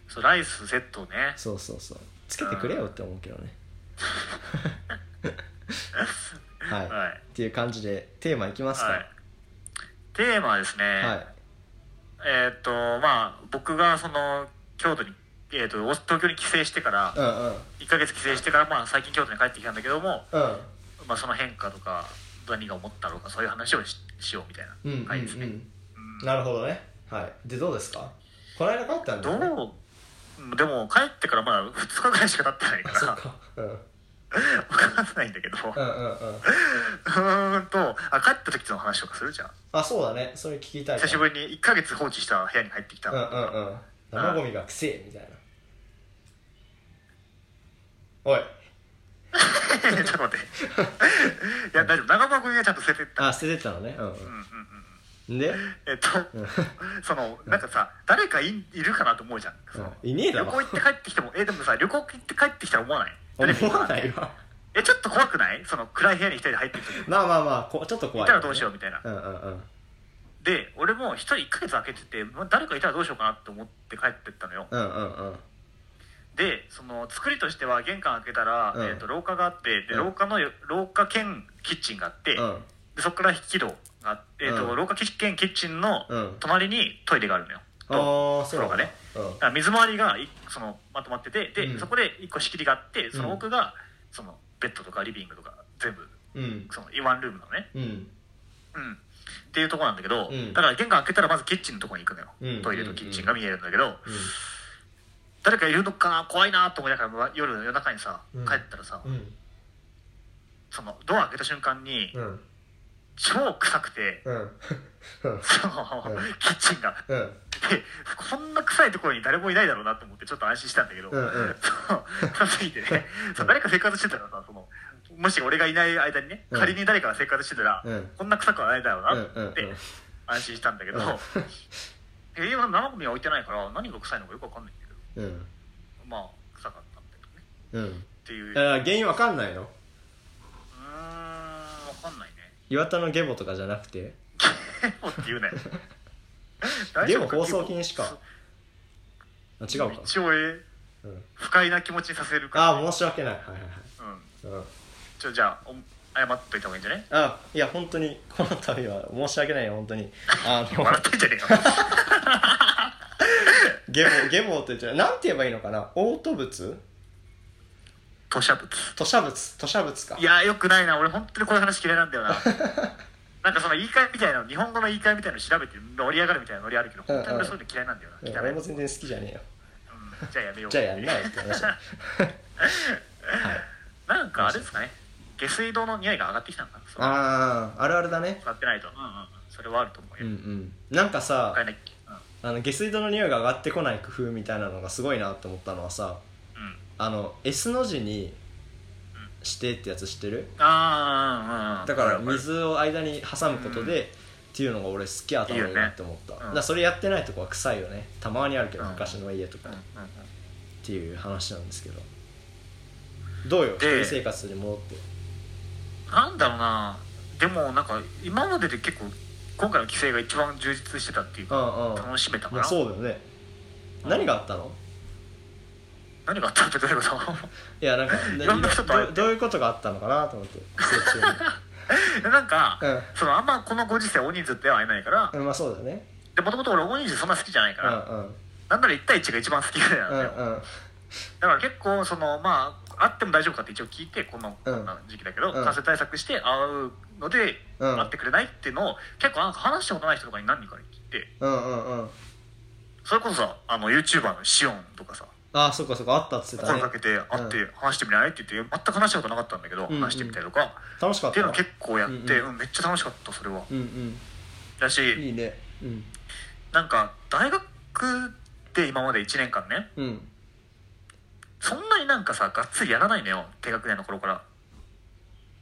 Speaker 3: そうライスセットね
Speaker 1: そうそうそうつけてくれよって思うけどねはい、
Speaker 3: はい
Speaker 1: っていう感じでテーマいきますか
Speaker 3: はいテーマはですね、
Speaker 1: はい、
Speaker 3: えーっ、とまあ僕がその京都にえーっ、と東京に帰省してから
Speaker 1: うんうん
Speaker 3: 1ヶ月帰省してから、まあ、最近京都に帰ってきたんだけども、
Speaker 1: うん
Speaker 3: まあ、その変化とか何が思ったのかそういう話をししようみたい
Speaker 1: うんうん
Speaker 3: な回ですね、
Speaker 1: うんなるほどねはいでどうですかこの間帰ったんだよね
Speaker 3: どううんでも帰ってからまだ2日ぐらいしか経ってないか
Speaker 1: あそ
Speaker 3: ら
Speaker 1: っかうんうん
Speaker 3: 分かんないんだけどう
Speaker 1: うんうん
Speaker 3: ーんとあ帰った時の話とかするじゃん
Speaker 1: あそうだねそれ聞きたい
Speaker 3: 久しぶりに1ヶ月放置した部屋に入ってきた、
Speaker 1: うん うんうん生ゴミがくせえみたいなおい
Speaker 3: ちょっ と待っていや大丈夫長間君がちゃんと捨ててった
Speaker 1: あ捨ててったのねうんうんで
Speaker 3: え っとそのなんかさ誰かいいるかなと思うじゃんその
Speaker 1: うんいねえだ
Speaker 3: 旅
Speaker 1: ろ
Speaker 3: 行行って帰ってきてもえでもさ旅行行って帰ってきたら思わない誰か
Speaker 1: 思
Speaker 3: いるか
Speaker 1: わないわ
Speaker 3: えちょっと怖くないその暗い部屋に一人で入ってきて行っ
Speaker 1: まあまあまあこちょっと怖い
Speaker 3: たらどうしようみたいな
Speaker 1: うんうんうん
Speaker 3: で俺も一人1ヶ月空けててま誰かいたらどうしようかなって思って帰ってったのよ
Speaker 1: うんうんうん
Speaker 3: でその作りとしては玄関開けたら、
Speaker 1: うん
Speaker 3: えっと廊下があってで
Speaker 1: うん
Speaker 3: 廊下のよ廊下兼キッチンがあって、
Speaker 1: うん
Speaker 3: でそこから引き戸があって、えっ
Speaker 1: う
Speaker 3: と
Speaker 1: ん
Speaker 3: 廊下兼キッチンの
Speaker 1: うん
Speaker 3: 隣にトイレがあるのよ、
Speaker 1: ああそうだ
Speaker 3: がね
Speaker 1: うん
Speaker 3: だから水回りがいそのまとまっててで、
Speaker 1: うん
Speaker 3: そこで一個仕切りがあってその奥が、そのベッドとかリビングとか全部
Speaker 1: うん
Speaker 3: そのワンルームなのね
Speaker 1: うん
Speaker 3: うんっていうとこなんだけど、
Speaker 1: うん
Speaker 3: だから玄関開けたらまずキッチンのとこに行くのよ、
Speaker 1: うん
Speaker 3: トイレとキッチンが見えるんだけど、
Speaker 1: う
Speaker 3: 誰かいるのかな怖いなと思いながらま夜の夜中にさ
Speaker 1: うん
Speaker 3: 帰ったらさ、
Speaker 1: んうん
Speaker 3: そのドア開けた瞬間に
Speaker 1: うん
Speaker 3: 超臭くて、
Speaker 1: うんうん
Speaker 3: その、
Speaker 1: うん
Speaker 3: キッチンが
Speaker 1: うん
Speaker 3: でこんな臭いところに誰もいないだろうなと思ってちょっと安心したんだけど、
Speaker 1: うんうん
Speaker 3: そう臭すぎてねそう誰か生活してたらさそのもし俺がいない間にね
Speaker 1: うん
Speaker 3: 仮に誰かが生活してたら、
Speaker 1: うん
Speaker 3: こんな臭くはないだろうなと
Speaker 1: うんう
Speaker 3: 思
Speaker 1: ん
Speaker 3: って安心したんだけど、
Speaker 1: うん
Speaker 3: え今生ゴミは置いてないから何が臭いのかよくわかんないんだけど
Speaker 1: うん
Speaker 3: まあ臭かったんだけどね
Speaker 1: うん
Speaker 3: っていう
Speaker 1: いや原因わかんないの
Speaker 3: うーんわかんないね。
Speaker 1: 岩田のゲボとかじゃなくて
Speaker 3: ゲボって言うね。
Speaker 1: ゲボ放送禁止か。あ違うか
Speaker 3: 一応え
Speaker 1: うん
Speaker 3: 不快な気持ちにさせるから、
Speaker 1: ああ申し訳ないはいはいはい
Speaker 3: うん、
Speaker 1: うん
Speaker 3: ちょじゃあお謝っといた方がいいんじゃ ない
Speaker 1: あいや本当にこの度は申し訳ないよ本当にあの
Speaker 3: 笑ってんじゃねえよ
Speaker 1: ゲボゲボって言っちゃうなんて言えばいいのかな嘔吐物
Speaker 3: 吐砂物
Speaker 1: 吐砂物吐砂物か
Speaker 3: いやよくないな俺本当にこういう話嫌いなん だよななんかその言い換えみたいなの日本語の言い換えみたいなの調べて盛り上がるみたいなノリあるけど
Speaker 1: うんうん
Speaker 3: 本当に俺そういうの嫌いなんだよ
Speaker 1: うん
Speaker 3: な
Speaker 1: 俺
Speaker 3: 汚い、
Speaker 1: も全然好きじゃねえよ
Speaker 3: うんじゃあやめよう
Speaker 1: じゃあやんなよって話はい
Speaker 3: なんかあれですかね下水道の匂いが上がってきたのかなそ う
Speaker 1: あああるあるだね
Speaker 3: 使ってないと、うんうんうん、それはあると思
Speaker 1: う
Speaker 3: うよ、
Speaker 1: ん
Speaker 3: う
Speaker 1: うんなんかさ
Speaker 3: 使えないうん
Speaker 1: あの下水道の匂いが上がってこない工夫みたいなのがすごいなと思ったのはさ
Speaker 3: うん
Speaker 1: あの S の字にしてってやつ知ってる
Speaker 3: ああうんうん
Speaker 1: だから
Speaker 3: わるわる
Speaker 1: 水を間に挟むことで、っていうのが俺好き頭がいいなって思った
Speaker 3: いいよねう
Speaker 1: だ
Speaker 3: ん
Speaker 1: からそれやってないとこは臭いよねたまにあるけど、
Speaker 3: うん
Speaker 1: 昔の家とか、
Speaker 3: うんう
Speaker 1: っ
Speaker 3: んうん
Speaker 1: ていう話なんですけどどうよ一
Speaker 3: で
Speaker 1: 人生活に戻って
Speaker 3: なんだろうなでもなんか今までで結構今回の規制が一番充実してたっていう
Speaker 1: う
Speaker 3: か
Speaker 1: んうん
Speaker 3: 楽しめたか
Speaker 1: まあ
Speaker 3: な
Speaker 1: そうだよね何があったの
Speaker 3: 何があったってどういうこと
Speaker 1: いやなんか
Speaker 3: いろんな人と会
Speaker 1: ど
Speaker 3: えて
Speaker 1: どういうことがあったのかなと思 って撮影中
Speaker 3: なんか、
Speaker 1: うん
Speaker 3: そのあんまこのご時世大人数では会えないから
Speaker 1: にうんまあそうだよね
Speaker 3: でもともと俺大人数そんな好きじゃないか
Speaker 1: うんう
Speaker 3: ら、
Speaker 1: ん
Speaker 3: なんなら1対1が一番好きぐらいなん
Speaker 1: う
Speaker 3: だ
Speaker 1: ん
Speaker 3: よ、
Speaker 1: うん
Speaker 3: だから結構そのまあ会っても大丈夫かって一応聞いてこの、
Speaker 1: うん
Speaker 3: こんな時期だけど、
Speaker 1: うん
Speaker 3: 感染対策して会うので、
Speaker 1: うん
Speaker 3: 会ってくれないっていうのを結構なんか話したことない人とかに何人かに聞いて
Speaker 1: うんうんうん
Speaker 3: それこそさあの YouTuber のシオンとかさ
Speaker 1: ああそっかそっかあったっつってた
Speaker 3: 声
Speaker 1: ね
Speaker 3: かけて会って話してみないって言って全く話したことなかったんだけど、
Speaker 1: んうん
Speaker 3: 話してみたりとか
Speaker 1: 楽しか
Speaker 3: っ
Speaker 1: ってた
Speaker 3: いうのを結構やって、
Speaker 1: うんうん
Speaker 3: うんめっちゃ楽しかったそれは
Speaker 1: うん
Speaker 3: だし
Speaker 1: うんいいねうん
Speaker 3: なんか大学で今まで1年間ね
Speaker 1: うん
Speaker 3: そんなになんかさがっつりやらないのよ低学年の頃から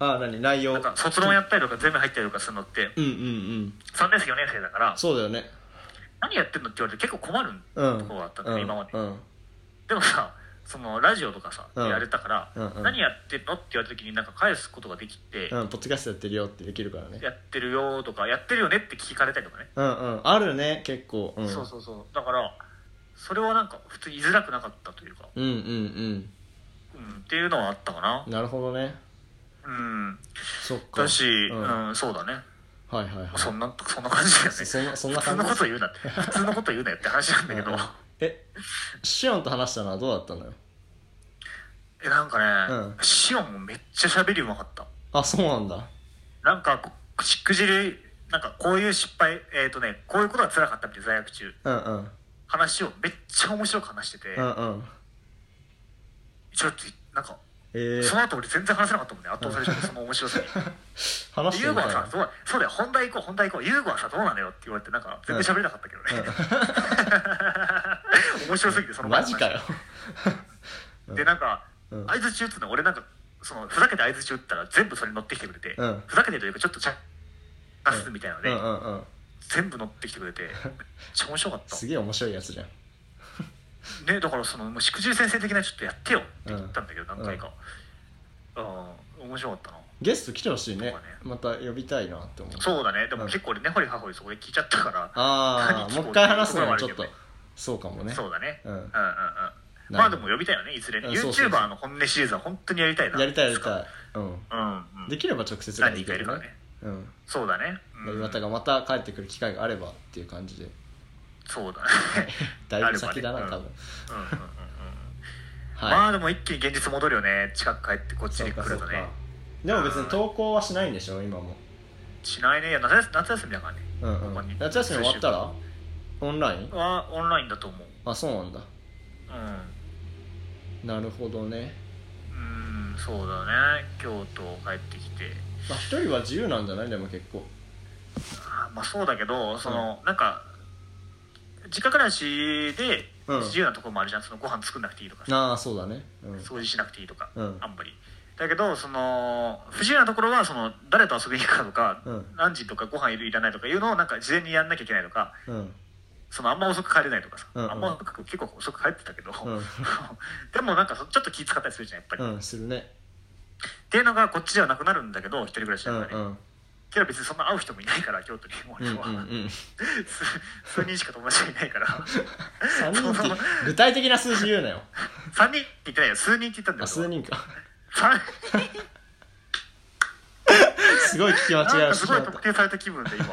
Speaker 1: ああ何内容
Speaker 3: なんか卒論やったりとか全部入ったりとかするのって
Speaker 1: うんうんうん
Speaker 3: 3年生4年生だから
Speaker 1: そうだよね
Speaker 3: 何やってんのって言われて結構困る
Speaker 1: うん
Speaker 3: ところがあったんだ
Speaker 1: う
Speaker 3: よ、
Speaker 1: ん
Speaker 3: 今まで、
Speaker 1: うん
Speaker 3: でもさそのラジオとかさ、
Speaker 1: うん
Speaker 3: やれたから、
Speaker 1: うんうん
Speaker 3: 何やってんのって言われた時になんか返すことができて、
Speaker 1: うんポッドキャストやってるよってできるからね
Speaker 3: やってるよとかやってるよねって聞かれたりとかね
Speaker 1: うんうんあるね結構うん
Speaker 3: そうそうそうだからそれはなんか普通に居づらくなかったというか、
Speaker 1: うんうん
Speaker 3: うん、っていうのはあったかな
Speaker 1: うんなるほどね
Speaker 3: うん
Speaker 1: そっか
Speaker 3: だし、
Speaker 1: うん
Speaker 3: う
Speaker 1: はい
Speaker 3: んそうだね
Speaker 1: はいはい
Speaker 3: そんなそんな感じだよね
Speaker 1: そそんなそんな
Speaker 3: 普通
Speaker 1: 感
Speaker 3: の
Speaker 1: じ
Speaker 3: こと言うなって普通のこと言うなよって話なんだけど
Speaker 1: うんうんえシオンと話したのはどうだったのよ
Speaker 3: えなんかね、
Speaker 1: う
Speaker 3: シオンもめっちゃ喋りうまかった
Speaker 1: あそうなんだ
Speaker 3: なんかこしくじりなんかこういう失敗えっ、とねこういうことが辛かったみたいな在学中
Speaker 1: うんうん
Speaker 3: 話をめっちゃ面白く話してて、
Speaker 1: うんうん
Speaker 3: ちょっとなんか
Speaker 1: ええ
Speaker 3: その後俺全然話せなかったもんね圧倒されちゃってその 面白さに
Speaker 1: 話して
Speaker 3: ユー
Speaker 1: み
Speaker 3: ゴ
Speaker 1: たい
Speaker 3: はさ
Speaker 1: な、
Speaker 3: そうそうだよ、本題行こう、本題行こう、ユーゴはさ、どうなのよって言われて、なんか、全然喋れなかったけどね。 面白すぎて、その前
Speaker 1: マ
Speaker 3: の話
Speaker 1: ジかよ
Speaker 3: で、なんか、
Speaker 1: うん
Speaker 3: 相づち打つの、俺なんか、その、ふざけて相づち打ったら、全部それに乗ってきてくれて、
Speaker 1: うん
Speaker 3: ふざけてというか、ちょっとちゃ、出すみたいなの
Speaker 1: う
Speaker 3: で、
Speaker 1: んうんうん
Speaker 3: 全部乗ってきてくれて、めっちゃ面白かった
Speaker 1: す。げえ面白いやつじゃん
Speaker 3: ね、だから、その、もうしくじり先生的な、ちょっとやってよって言ったんだけど、何回か。ああ、面白かったな。
Speaker 1: ゲスト来てほしいね
Speaker 3: そうだね
Speaker 1: また呼びたいなって思う
Speaker 3: そうだね、で
Speaker 1: う
Speaker 3: も
Speaker 1: ん
Speaker 3: 結構俺、ねほりはほりそこで聞いちゃったから、
Speaker 1: ああ
Speaker 3: 何
Speaker 1: もう一回話すのもちょっ
Speaker 3: 聞ことえばあるけどね
Speaker 1: そうかもね
Speaker 3: そうだね。
Speaker 1: うん
Speaker 3: うんうんうん。まあでも呼びたいよね、いずれ
Speaker 1: う
Speaker 3: ね。
Speaker 1: んそうそうそう
Speaker 3: YouTuber の本音シリーズは本当にやりたいな。
Speaker 1: やりたいやり
Speaker 3: いつ
Speaker 1: た
Speaker 3: か
Speaker 1: い、うん、
Speaker 3: うんうん。
Speaker 1: できれば直接が
Speaker 3: 何
Speaker 1: いい
Speaker 3: 人
Speaker 1: け
Speaker 3: かいる
Speaker 1: ど
Speaker 3: から
Speaker 1: ね
Speaker 3: ね。
Speaker 1: うん
Speaker 3: そうだね。うん
Speaker 1: 岩田がまた帰ってくる機会があればっていう感じで
Speaker 3: そう だね。
Speaker 1: だいぶ先だな
Speaker 3: あれば
Speaker 1: 多
Speaker 3: ね
Speaker 1: 分
Speaker 3: うんうんうんうんま
Speaker 1: は
Speaker 3: あでも一気に現実戻るよね。近く帰ってこっ
Speaker 1: い
Speaker 3: ち
Speaker 1: そう
Speaker 3: に来
Speaker 1: かそ
Speaker 3: る
Speaker 1: う
Speaker 3: と
Speaker 1: か
Speaker 3: ね。
Speaker 1: でも別に投稿はしないんでしょ今も
Speaker 3: しないね。いや夏休夏休みだからね。
Speaker 1: うんう
Speaker 3: ここ
Speaker 1: ん
Speaker 3: に
Speaker 1: 夏休み終わったらオンライン
Speaker 3: はオンラインだと思う。
Speaker 1: あそうなんだ
Speaker 3: う
Speaker 1: なるほどね
Speaker 3: ん。うん、そうだね。京都帰ってきて。
Speaker 1: まあ一人は自由なんじゃないでも結構
Speaker 3: あまあそうだけど、その、なんか、実家暮らしで
Speaker 1: うん
Speaker 3: 自由なところもあるじゃん。そのご飯作んなくていいとかさ。
Speaker 1: ああそうだねうん
Speaker 3: 掃除しなくていいとか、
Speaker 1: うん
Speaker 3: あんまりだけどその不自由なところはその誰と遊びに行くかとか、
Speaker 1: うん
Speaker 3: 何時とかご飯いるいらないとかいうのをなんか事前にやんなきゃいけないとか
Speaker 1: うん
Speaker 3: そのあんま遅く帰れないとかさ、
Speaker 1: うんうん
Speaker 3: あんま遅く結構遅く帰ってたけど、
Speaker 1: うん
Speaker 3: でもなんかそちょっと気使ったりするじゃんやっぱり、
Speaker 1: う
Speaker 3: っ
Speaker 1: んするね
Speaker 3: ていうのがこっちではなくなるんだけど一人暮らし
Speaker 1: う
Speaker 3: だ
Speaker 1: ん
Speaker 3: か
Speaker 1: う
Speaker 3: らね、
Speaker 1: ん
Speaker 3: けど別にそんな会う人もいないから京都にも
Speaker 1: うん
Speaker 3: 俺
Speaker 1: うんう
Speaker 3: は、
Speaker 1: ん
Speaker 3: 数数人しか友達がいないから
Speaker 1: 3人
Speaker 3: そ
Speaker 1: っ
Speaker 3: の
Speaker 1: て具体的な数字言うなよ
Speaker 3: 3人って言ってないよ数人って言ったんだよ
Speaker 1: あ数人か
Speaker 3: 三
Speaker 1: すごい聞き間違
Speaker 3: なん
Speaker 1: いを
Speaker 3: か
Speaker 1: して
Speaker 3: す
Speaker 1: し
Speaker 3: ご
Speaker 1: ま
Speaker 3: い
Speaker 1: っ
Speaker 3: 特定された気分で今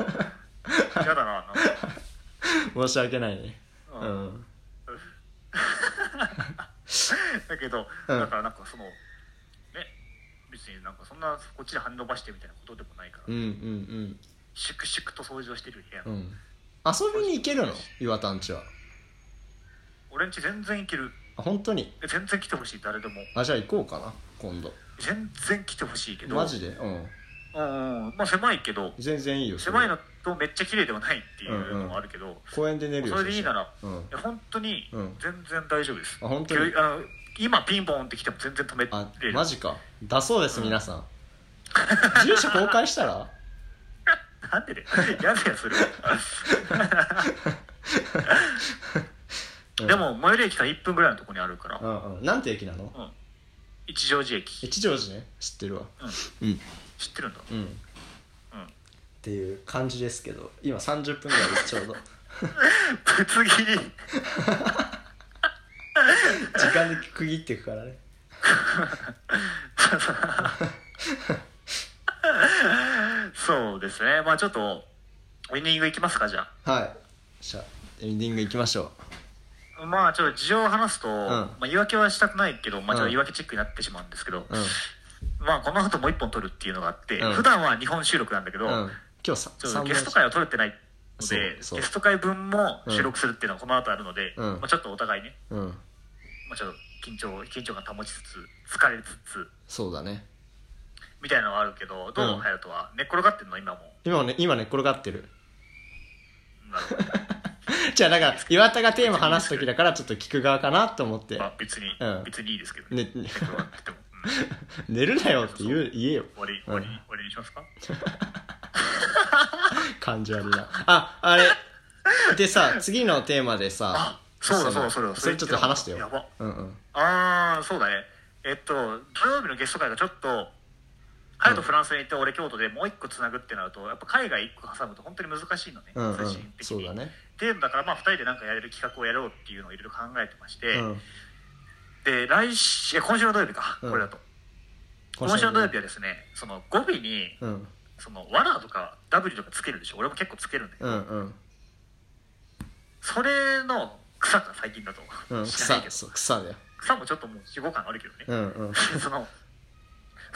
Speaker 3: 嫌だななんか
Speaker 1: た申し訳ないねう
Speaker 3: うんだけど、
Speaker 1: うん
Speaker 3: だからなんかそのね別になんかそんなこっちで反伸ばしてみたいなことでもないから、
Speaker 1: うんうん
Speaker 3: 粛々と掃除をしてる部屋、
Speaker 1: うんうん遊びに行けるの岩田んちは
Speaker 3: 俺んち全然いける
Speaker 1: あ本当に
Speaker 3: え全然来てほしい誰でも
Speaker 1: あじゃあ行こうかな今度
Speaker 3: 全然来てほしいけど
Speaker 1: マジでうん
Speaker 3: うんうんまあ狭いけど
Speaker 1: 全然いいよそれ
Speaker 3: 狭いのとめっちゃ綺麗ではないっていうのもあるけど、
Speaker 1: 公園で寝るよ
Speaker 3: それでいいなら、
Speaker 1: そした
Speaker 3: いや本当に
Speaker 1: うん
Speaker 3: 全然大丈夫です、
Speaker 1: あ本当に
Speaker 3: 急あの今ピンポンって来ても全然止め
Speaker 1: らうん
Speaker 3: れ
Speaker 1: あ
Speaker 3: る
Speaker 1: マジかだそうです皆さん 住所公開したら
Speaker 3: なんでで やだよそ れ
Speaker 1: うん
Speaker 3: はでも最寄り駅から1分ぐらいのところにあるから、
Speaker 1: うんうんなんて駅なの
Speaker 3: 一乗寺駅
Speaker 1: 吉祥寺ね知ってるわうん
Speaker 3: 知ってるんだ
Speaker 1: うんっていう感じですけど今30分ぐらいですちょ うど
Speaker 3: ぶつ切り
Speaker 1: 時間で区切っていくからね
Speaker 3: そうですねまあちょっとウィニングいきますかじゃ
Speaker 1: はいじゃあエンディングいきましょ
Speaker 3: あまあちょっと事情を話すと、まあ、言い訳はしたくないけど、まあ、ちょっと
Speaker 1: うん
Speaker 3: 言い訳チックになってしまうんですけど、
Speaker 1: ううん
Speaker 3: まあこの後もう1本撮るっていうのがあって、
Speaker 1: うん
Speaker 3: 普段は2本収録なんだけど、
Speaker 1: うん今日さ
Speaker 3: ちょ
Speaker 1: 三
Speaker 3: っと
Speaker 1: 本
Speaker 3: ゲスト会を取れてないのでゲ
Speaker 1: そうそう
Speaker 3: スト会分も収録するっていうのはこの後あるので、
Speaker 1: うん
Speaker 3: まあ、ちょっとお互いね、
Speaker 1: うん
Speaker 3: まあ、ちょっと緊張緊張感保ちつつ疲れつつ
Speaker 1: そうだね
Speaker 3: みたいなのはあるけどどう
Speaker 1: うん
Speaker 3: も隼人は寝っ転がってんの今も
Speaker 1: 今ね今寝っ転がってる
Speaker 3: なるほど
Speaker 1: じゃあだから岩田がテーマ話す時だからちょっと聞く側かなと思って
Speaker 3: まあ別に、
Speaker 1: うん
Speaker 3: 別にいいですけどね
Speaker 1: ね
Speaker 3: 寝っ転がってても、うん
Speaker 1: 寝るなよって言う言えよ
Speaker 3: 終わり終わり終わりにしますか
Speaker 1: 感じ悪いなああれでさ次のテーマでさ
Speaker 3: あそうだそう
Speaker 1: そ
Speaker 3: だそう
Speaker 1: の
Speaker 3: だ
Speaker 1: それちょっと話してよ
Speaker 3: やば
Speaker 1: うんうん
Speaker 3: ああそうだねえっと土曜日のゲスト会がちょっと隼人フランスに行って俺京都でもう一個つなぐってなるとやっぱ海外一個挟むと本当に難しいのね、
Speaker 1: うんうん
Speaker 3: 精神的
Speaker 1: そう
Speaker 3: に
Speaker 1: だね
Speaker 3: っていうのだからまあ2人でなんかやれる企画をやろうっていうのをいろいろ考えてまして、
Speaker 1: うん
Speaker 3: で来週え今週の土曜日か、
Speaker 1: うん
Speaker 3: これだと今週の土曜日はですねその語尾に
Speaker 1: うん
Speaker 3: その「わら」とか「W」とかつけるでしょ俺も結構つけるんだけど、
Speaker 1: うんうん
Speaker 3: それの草が最近だと、
Speaker 1: うん
Speaker 3: 知
Speaker 1: 草
Speaker 3: らないけど
Speaker 1: そう草だよ
Speaker 3: 草もちょっともう45感あるけどね、
Speaker 1: うんうん
Speaker 3: その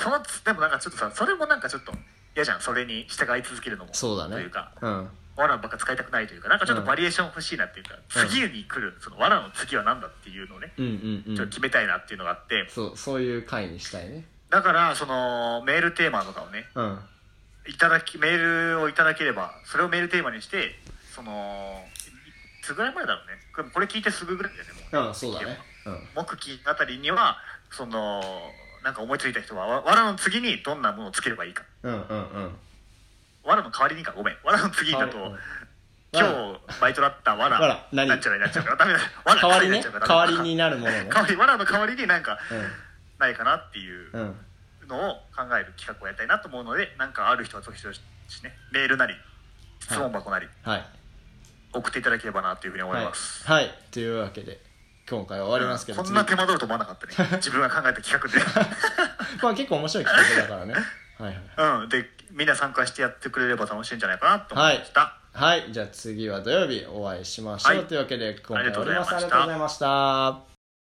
Speaker 3: そのつでもなんかちょっとさそれもなんかちょっと嫌じゃんそれに従い続けるのも
Speaker 1: そうだね
Speaker 3: というか
Speaker 1: うん
Speaker 3: わらばっか使いたくないというかなんかちょっとバリエーション欲しいなっていうか、
Speaker 1: うん
Speaker 3: 次に来るそのわらの次は何だっていうのをね
Speaker 1: うんうん
Speaker 3: ち
Speaker 1: う
Speaker 3: ょっと
Speaker 1: ん
Speaker 3: 決めたいなっていうのがあって
Speaker 1: そうそういう回にしたいね
Speaker 3: だからそのメールテーマとかをね
Speaker 1: うん
Speaker 3: いただきメールをいただければそれをメールテーマにしてそのいつぐらい前だろうねこれこれ聞いてすぐぐらいだよねもうね
Speaker 1: うんそうだねうん
Speaker 3: 木金あたりにはそのなんか思いついた人はわわらの次にどんなものをつければいいか
Speaker 1: うんうんうん
Speaker 3: わらの代わりにかごめんわらの次だと
Speaker 1: 代わり
Speaker 3: 今
Speaker 1: うん
Speaker 3: 日バイトだったわら
Speaker 1: わら何
Speaker 3: なんちゃらになっちゃうからダメだわら
Speaker 1: 代わり
Speaker 3: になっ
Speaker 1: ね
Speaker 3: ちゃうから
Speaker 1: 代わりになるものね
Speaker 3: 代わりわらの代わりになんかないかなっていう
Speaker 1: うんうん
Speaker 3: のを考える企画をやりたいなと思うのでなんかある人はぜひぜひねメールなり質問箱なり
Speaker 1: はい
Speaker 3: 送っていただければなというふうに思
Speaker 1: はいい
Speaker 3: ます、
Speaker 1: はいというわけで今回は終わりますけど
Speaker 3: こんな
Speaker 1: 次
Speaker 3: 手間取ると思わなかった ね自分が考えた企画で
Speaker 1: まあ結構面白い企画だ からねはいはい
Speaker 3: うん、でみんな参加してやってくれれば楽しいんじゃないかなと思いました、
Speaker 1: はい、じゃあ次は土曜日お会いしましょう、
Speaker 3: はい
Speaker 1: というわけで今回
Speaker 3: ありがとうございました
Speaker 1: 終わりますありがとうございました